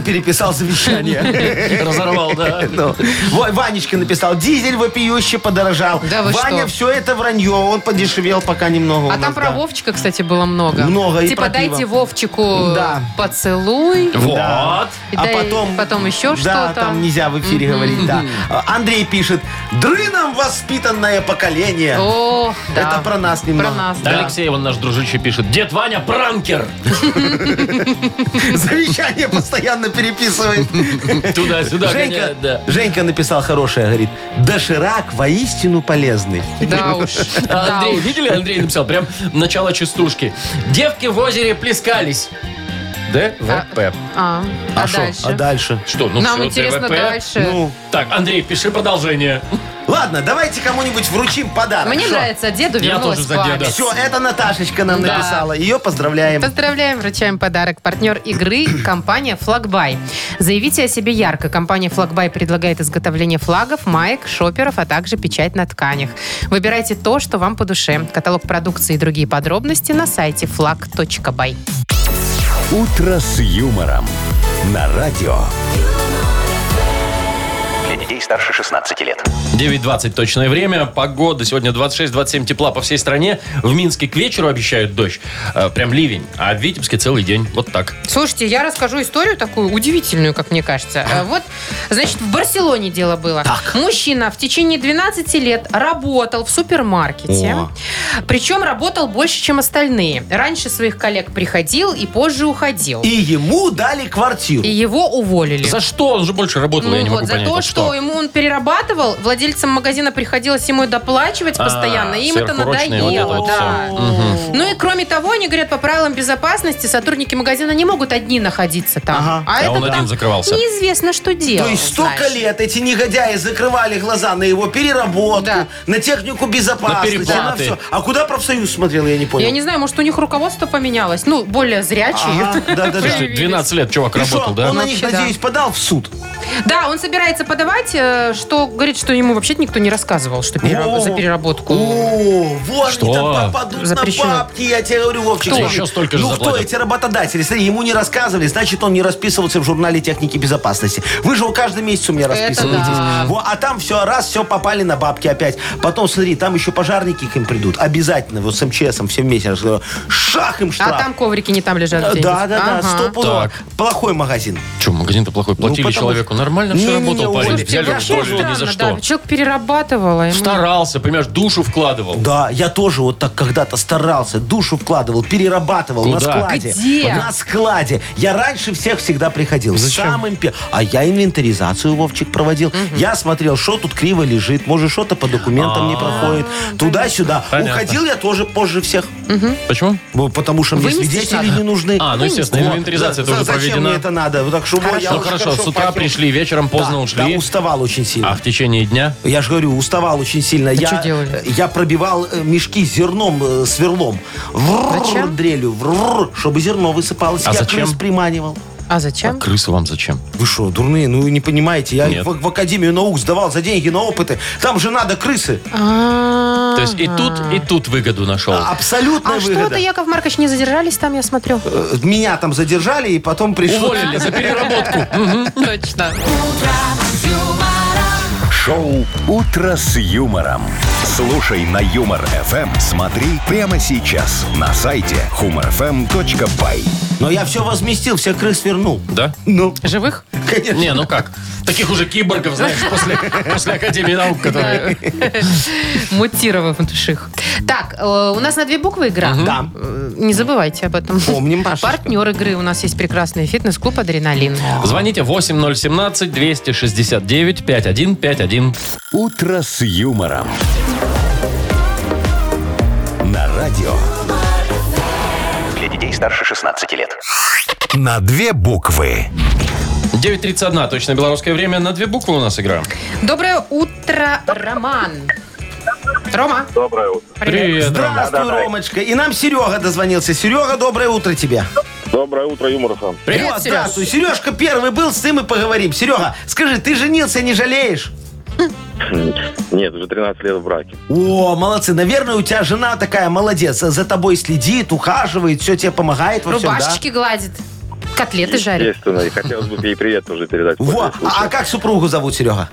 переписал завещание.
Разорвал, да.
Ну, во- Ванечка написал, дизель вопиюще подорожал.
Да вы что?
Ваня, все это вранье, он подешевел пока немного. у
А там
нас,
про
да.
Вовчика, кстати, было много.
Много, и
Типа
про пиво.
дайте Вовчику
Да.
поцелуй.
Вот.
Да.
И
А
дай-
потом...
потом еще
Да,
что-то.
там нельзя в эфире говорить, да. А, Андрей пишет, дрыном воспитанное поколение.
О, да.
Это про нас немного.
Про нас,
Да,
да.
Алексей, он наш дружище пишет. Дед Ваня пранкер.
Завещание постоянно переписывает.
Туда-сюда
Женька,
гоняет, да.
Женька написал хорошее, говорит, доширак воистину полезный.
Да уж.
А
Да
Андрей,
уж.
видели? Андрей написал прям начало частушки. Девки в озере плескались. ДВП.
А, а
шо? А
дальше?
дальше?
Что, ну
Нам
всё,
интересно
ДВП.
дальше.
Ну,
Так, Андрей, пиши продолжение.
ладно, давайте кому-нибудь вручим подарок.
Мне
Шо?
нравится, а деду
Я
вернулась
тоже за деда.
память.
Все, это Наташечка нам
Да.
написала. Ее поздравляем.
Поздравляем, вручаем подарок. Партнер игры – компания «Флагбай». Заявите о себе ярко. Компания «Флагбай» предлагает изготовление флагов, маек, шоперов, а также печать на тканях. Выбирайте то, что вам по душе. Каталог продукции и другие подробности на сайте flag.by.
«Утро с юмором» на радио.
Для детей старше 16 лет.
9.20 точное время. Погода сегодня 26-27 тепла по всей стране. В Минске к вечеру обещают дождь. Э, Прям ливень. А в Витебске целый день. Вот так.
Слушайте, я расскажу историю такую удивительную, как мне кажется. Э, Вот, значит, в Барселоне дело было. Мужчина в течение 12 лет работал в супермаркете.
О.
Причем работал больше, чем остальные. Раньше своих коллег приходил и позже уходил.
И ему дали квартиру.
И его уволили.
За что? Он же больше работал, я не
Ну
могу
вот, за
понять.
то,
вот
что ему он перерабатывал, владельцам магазина приходилось ему доплачивать
А,
постоянно, и им это
сверхурочные
надоело.
вот это вот
да.
всё.
Ну и кроме того, они говорят, по правилам безопасности сотрудники магазина не могут одни находиться там.
Ага.
А
этот
он один
там
закрывался.
Неизвестно, что делать.
То есть столько лет эти негодяи закрывали глаза на его переработку,
Да.
на технику
На
безопасности,
переплаты.
всё. А куда профсоюз смотрел, я не понял.
Я не знаю, может, у них руководство поменялось. Ну, более зрячие.
Ага, да, да, да.
Слушай, 12 лет чувак
И шо,
работал, да?
Он на них,
Вообще, да.
надеюсь, подал в суд.
Да, он собирается подавать, э, что говорит, что ему вообще никто не рассказывал, что перераб-
О.
за переработку.
О, вот
Что?
они там попадут
Запрещено.
на бабки, я тебе говорю, Вовчик.
Кто?
смотри.
Еще столько же
Ну кто
заплатят.
эти работодатели? Смотри, ему не рассказывали, значит, он не расписывался в журнале техники безопасности. Вы же его каждый месяц у меня расписываетесь.
да.
Во, а там все, раз, все, попали на бабки опять. Потом, смотри, там еще пожарники к им придут. Обязательно, вот с МЧСом все вместе. Я же говорю, Шах им штраф.
А там коврики не там лежат.
Да,
где-нибудь.
да, да,
Ага.
стопудово.
Так.
Плохой магазин.
Че, магазин-то плохой.
Ну,
Платили
потому-
человеку. Нормально все
Не-не-не,
работал парень.
уволили.
Взяли
Вообще
в долю ни за
странно,
что.
да. ну, Человек перерабатывал. а ему-
Старался, понимаешь, душу вкладывал.
Да, я тоже вот так когда-то старался, душу вкладывал, перерабатывал на
Куда?
складе.
Где?
На складе. Я раньше всех всегда приходил. Самым пе- А я инвентаризацию, Вовчик, проводил. Я смотрел, что тут криво лежит, может, что-то по документам не проходит. Туда-сюда.
А. Понятно.
Уходил я тоже позже всех.
Почему?
Ну, Потому что мне
Вынести
свидетели
надо.
не нужны.
А, ну, естественно, инвентаризация
За-
тоже
Зачем
проведена.
мне это надо? Вот Так что, вот, я
Ну
уже
хорошо, с утра
пахнул.
пришли, вечером
Да,
поздно
да,
ушли.
уставал очень сильно.
А в течение дня?
Я же говорю, уставал очень сильно. я,
что делали?
я пробивал э, мешки зерном, э, сверлом. Врррр,
Зачем?
дрелью, врррр, чтобы зерно высыпалось.
А
я
зачем?
крыс приманивал.
А зачем?
Крысы вам зачем?
Вы что, дурные? Ну, не понимаете. Я
Нет.
в, в Академию наук сдавал за деньги на опыты. Там же надо крысы.
То есть и тут, и тут выгоду нашел.
Абсолютная
А
выгода.
что-то, А Яков Маркович, не задержались там, я смотрю.
Э, Меня там задержали, и потом пришли.
Уволили за переработку.
Точно.
Шоу «Утро с юмором». Слушай на Юмор ФМ. Смотри прямо сейчас на сайте humorfm.by.
Но я все возместил, все крыс вернул.
Да?
Ну,
Живых?
Конечно.
Не, ну как? Таких уже киборгов, знаешь, после, после Академии наук, которые...
Мутировавших. Так, э, у нас на две буквы игра.
Да.
Э, Не забывайте об этом.
Помним, Пашечка.
Партнер игры у нас есть прекрасный фитнес-клуб «Адреналин».
Звоните 8017-269-5151.
«Утро с юмором». На радио.
Для детей старше 16 лет.
На две буквы.
9.31, точно белорусское время. На две буквы у нас игра.
Доброе утро, Роман. Рома,
Доброе утро.
Привет. Ром.
Здравствуй,
Да-да-да.
Ромочка. И нам Серега дозвонился. Серега, доброе утро тебе.
Доброе утро, юморфан.
Привет,
Вот,
Сереж.
здравствуй. Сережка первый был, с ним и поговорим. Серега, скажи, ты женился, не жалеешь?
Нет, уже 13 лет в браке.
О, молодцы. Наверное, у тебя жена такая молодец. За тобой следит, ухаживает, все тебе помогает во всем, да?
рубашечки гладит, котлеты жарит.
Естественно, и хотелось бы ей привет тоже передать.
Во, а а как супругу зовут, Серега?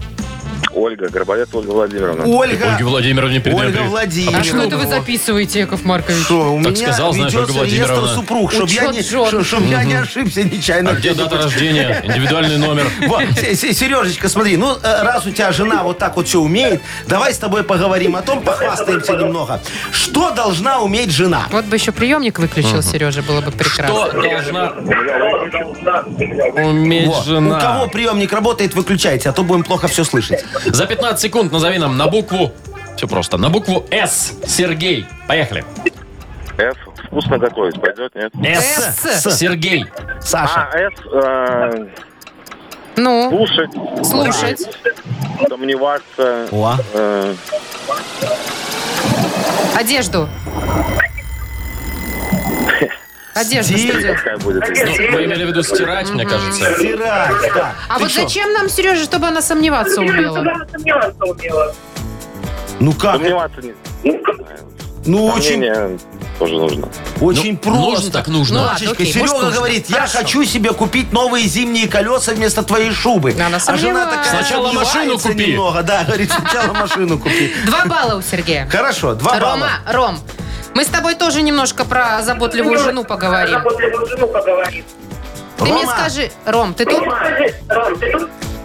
Ольга, Горбовец Ольга Владимировна.
Ольга.
Ольге Владимировне передай
Ольга
привет.
Владимировна.
А что это вы записываете, Яков Маркович?
Что, у
Так
меня
сказал, знаешь,
ведется
Ольга
реестр
Владимировна.
супруг, чтобы я, не,
Учет жен.
чтоб- чтоб я не ошибся нечаянно.
А где дата рождения? Индивидуальный номер.
Сережечка, смотри, ну э, раз у тебя жена вот так вот все умеет, давай с тобой поговорим о том, похвастаемся немного. Что должна уметь жена?
Вот бы еще приемник выключил, Сережа, было бы прекрасно.
Что должна уметь
Во. У кого
жена?
приемник работает, выключайте, а то будем плохо все слышать.
За 15 секунд назови нам на букву... Все просто. На букву «С». Сергей. Поехали.
С. Вкусно готовить. Пойдет, нет?
«С».
С.
Сергей.
Саша.
А, С. э,
Ну,
слушать.
слушать.
Сомневаться.
О.
э,
Одежду. Одежду
Стиль.
что делать?
какая будет?
Ну, вы имели в виду стирать, мне кажется.
Стирать, да.
А
Ты
вот
чё?
зачем нам, Сережа, чтобы она сомневаться умела?
Ну как?
Сомневаться не.
Ну очень,
Сомнение тоже нужно.
очень
Нужно
просто.
так нужно.
Ну,
Машечка,
окей,
Серега
может, нужно.
говорит, я
Хорошо.
хочу себе купить новые зимние колеса вместо твоей шубы.
Она
а жена
сомневается.
такая
Сначала
сомневается
машину купи.
Немного, да, говорит, сначала машину купи.
Два балла у Сергея.
Хорошо, два балла.
Рома, Ром, мы с тобой тоже немножко про заботливую жену поговорим. Ты мне
Рома.
скажи, Ром, ты тут?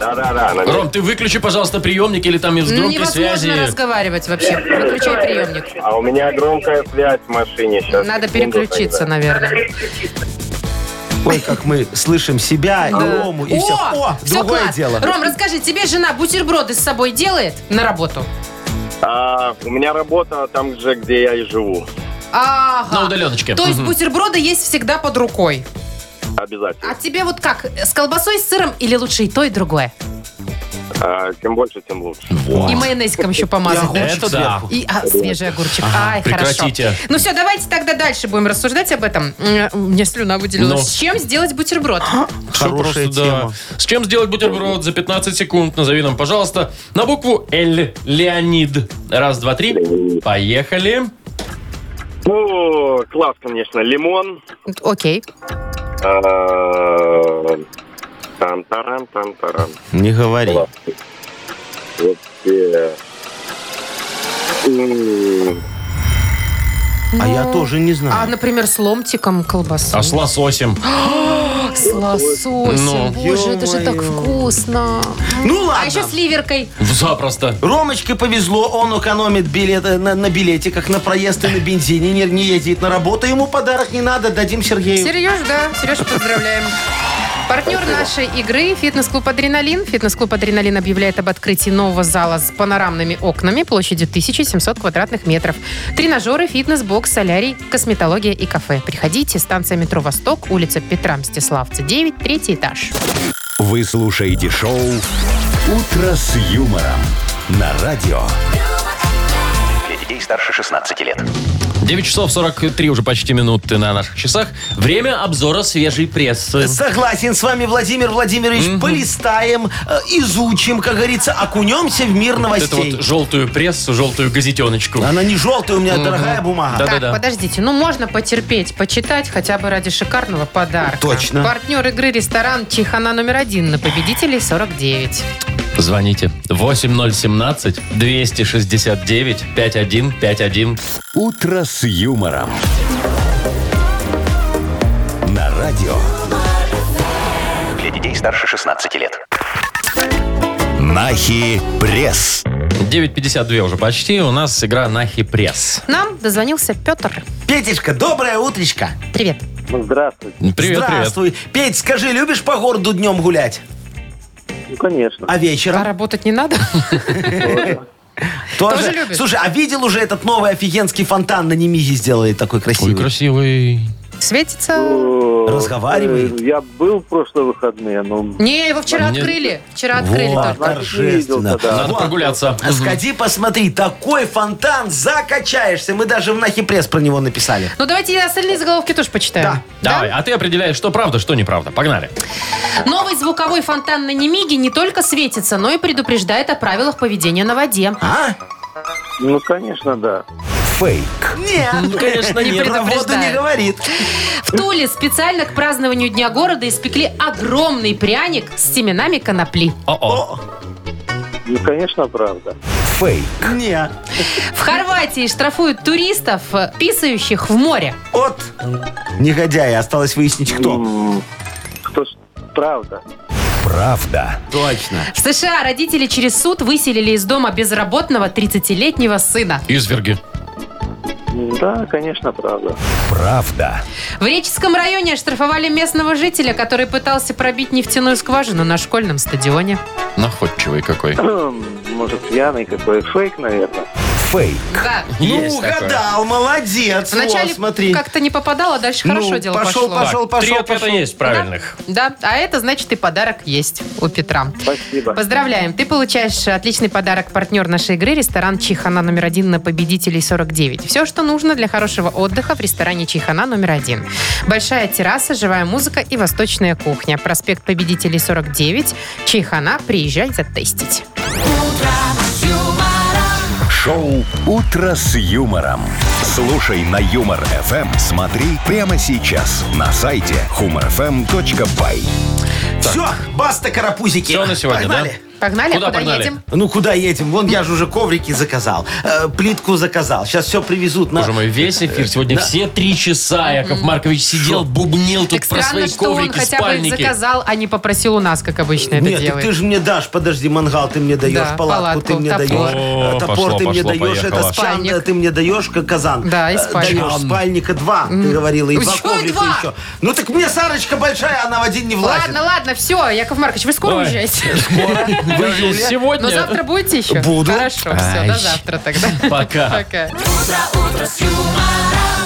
Да-да-да.
Ну, Ром, ты выключи, пожалуйста, приемник или там из громкой
Ну, Невозможно
связи.
разговаривать вообще. Выключай приемник.
А у меня громкая связь в машине сейчас.
Надо переключиться, наверное.
Ой, как мы слышим себя и А Рому, и все. О,
всё
другое
класс.
дело.
Ром, расскажи, тебе жена бутерброды с собой делает на работу?
А, у меня работа там же, где я и живу.
Ага.
На удаленочке.
То есть
Мгм.
бутерброды есть всегда под рукой.
Обязательно.
А тебе вот как, с колбасой, с сыром или лучше и то, и другое?
А, чем больше, тем лучше.
Вот.
И майонезиком еще
И
помазать.
огурчик
Это да.
сверху.
И а, свежий огурчик. Ай,
прекратите.
хорошо. Ну все, давайте тогда дальше будем рассуждать об этом. М, Мне слюна выделилась.
Ну.
С чем сделать бутерброд?
Всё
Хорошая
просто,
тема.
да. С чем сделать бутерброд за 15 секунд? Назови нам, пожалуйста, на букву Л. Леонид. Раз, два, три. Поехали.
Ну, класс, конечно. Лимон.
Окей.
э, Там-тарам, там-тарам.
Не говори.
Класс. Вот, э, м,
А я тоже не
А,
знаю.
например, с ломтиком колбасы.
А с лососем.
С лососем.
Ну.
Боже, это же так
Ё-моё.
вкусно.
Ну
А еще
ладно.
с ливеркой.
Запросто.
Ромочке повезло, он экономит билет, э, на, на билете, как на проезд и на бензине, не, не ездит на работу, ему подарок не надо, дадим Сергею.
Сереж, да. Сереж, поздравляем. Партнер нашей игры – фитнес-клуб «Адреналин». Фитнес-клуб «Адреналин» объявляет об открытии нового зала с панорамными окнами площадью 1700 квадратных метров. Тренажеры, фитнес-бокс, солярий, косметология и кафе. Приходите, станция метро «Восток», улица Петра Мстиславца, 9, третий этаж.
Вы слушаете шоу «Утро с юмором». На радио.
Для детей старше 16 лет.
9 часов 43 уже почти минуты на наших часах. Время обзора свежей прессы.
Согласен с вами, Владимир Владимирович. Полистаем, э, изучим, как говорится, окунемся в мир
Вот эту
новостей.
вот желтую прессу, желтую газетеночку.
Она не желтая у меня, дорогая бумага.
Да.
Так, подождите, ну можно потерпеть, почитать хотя бы ради шикарного подарка.
Точно.
Партнер игры ресторан Чихана номер один на победителей 49.
Звоните 8017-269-5151.
«Утро с юмором». На радио.
Для Для детей старше 16 лет.
Нахи пресс.
9.52 уже почти. У нас игра Нахи Пресс.
Нам дозвонился Петр.
Петечка, доброе утречко.
Привет.
Ну, Здравствуйте.
Привет, привет.
Здравствуй. Петь, скажи, любишь по городу днем гулять?
Ну, конечно.
А
А
вечером?
работать не надо? тоже любишь?
Слушай, а видел уже этот новый офигенский фонтан на Немиге сделали такой
Ой,
красивый?
красивый.
Светится?
Разговаривай.
Э, Я был в прошлые выходные, ну, но...
Не, его вчера
Нет.
открыли. Вчера открыли
Вот,
только.
торжественно.
Видел-то, да.
Надо
Вот.
прогуляться.
А Сходи, посмотри, такой фонтан, закачаешься. Мы даже в Нахи Пресс про него написали.
Ну, давайте я остальные заголовки тоже почитаю.
Давай, а ты определяешь, что правда, что неправда. Погнали.
Новый звуковой фонтан на Немиге не только светится, но и предупреждает о правилах поведения на воде.
А?
Ну, конечно, да.
Фейк.
Ну, Нет.
конечно,
не
Про воду не
предупреждает.
говорит.
В Туле специально к празднованию Дня города испекли огромный пряник с семенами конопли.
О-о.
Ну, конечно, правда.
Фейк.
Не.
В Хорватии штрафуют туристов, э, писающих в море.
От негодяя. Осталось выяснить, кто.
М, Кто ж... Правда.
Правда.
Точно.
В США родители через суд выселили из дома безработного 30-летнего сына.
Изверги.
М, Да, конечно, правда.
Правда.
В Реческом районе оштрафовали местного жителя, который пытался пробить нефтяную скважину на школьном стадионе.
Находчивый какой.
Может, пьяный какой фейк, наверное.
Фейк.
Да.
Ну,
Есть такое.
угадал, молодец.
Вначале
Вот, смотри.
как-то не попадало, а дальше хорошо
Ну,
дело пошло.
пошел, пошел,
Так, три
пошел,
ответа
пошел.
есть правильных.
Да, а это значит и подарок есть у Петра.
Спасибо.
Поздравляем, ты получаешь отличный подарок. Партнер нашей игры – ресторан «Чихана» номер один на победителей 49. Все, что нужно для хорошего отдыха в ресторане «Чихана» номер один. Большая терраса, живая музыка и восточная кухня. Проспект победителей 49, «Чихана», приезжай затестить.
Шоу «Утро с юмором». Слушай на Юмор ФМ. Смотри прямо сейчас на сайте humorfm.by.
Все, баста, карапузики.
Все на сегодня,
Погнали.
Погнали,
Куда
куда,
погнали?
едем?
Ну, куда едем? Вон, я же уже коврики заказал. э, плитку заказал. Сейчас все привезут
да?
на...
Боже мой,
Э,
весь эфир сегодня все три часа Яков Маркович сидел, бубнил тут
Так
про свои
странно, что он
коврики,
хотя бы их
спальники.
заказал, а не попросил у нас, как обычно это
Нет, так
делает.
ты же мне дашь, подожди, мангал ты мне даешь,
Да,
палатку, ты
палатку,
мне
топор.
даешь, э,
О,
топор
пошло,
ты мне
пошло,
даешь,
поехало.
это спальня
Спальник.
ты мне даешь, к- казан.
Да, и
Э,
спальник.
Даешь спальника два, ты говорила, и
Ой,
два
чё
коврика
два?
еще. Ну так мне Сарочка большая, она в один не влазит.
Ладно, ладно, все, Яков Маркович, вы скоро
Ой.
уезжаете.
Вы сегодня.
Но завтра будете еще?
Буду.
Хорошо, все,
Ай.
до завтра тогда.
Пока.
Пока.
Утро, утро с юмором.